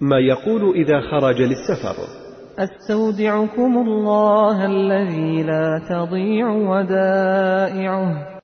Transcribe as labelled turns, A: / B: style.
A: ما يقول إذا خرج للسفر
B: أستودعكم الله الذي لا تضيع ودائعه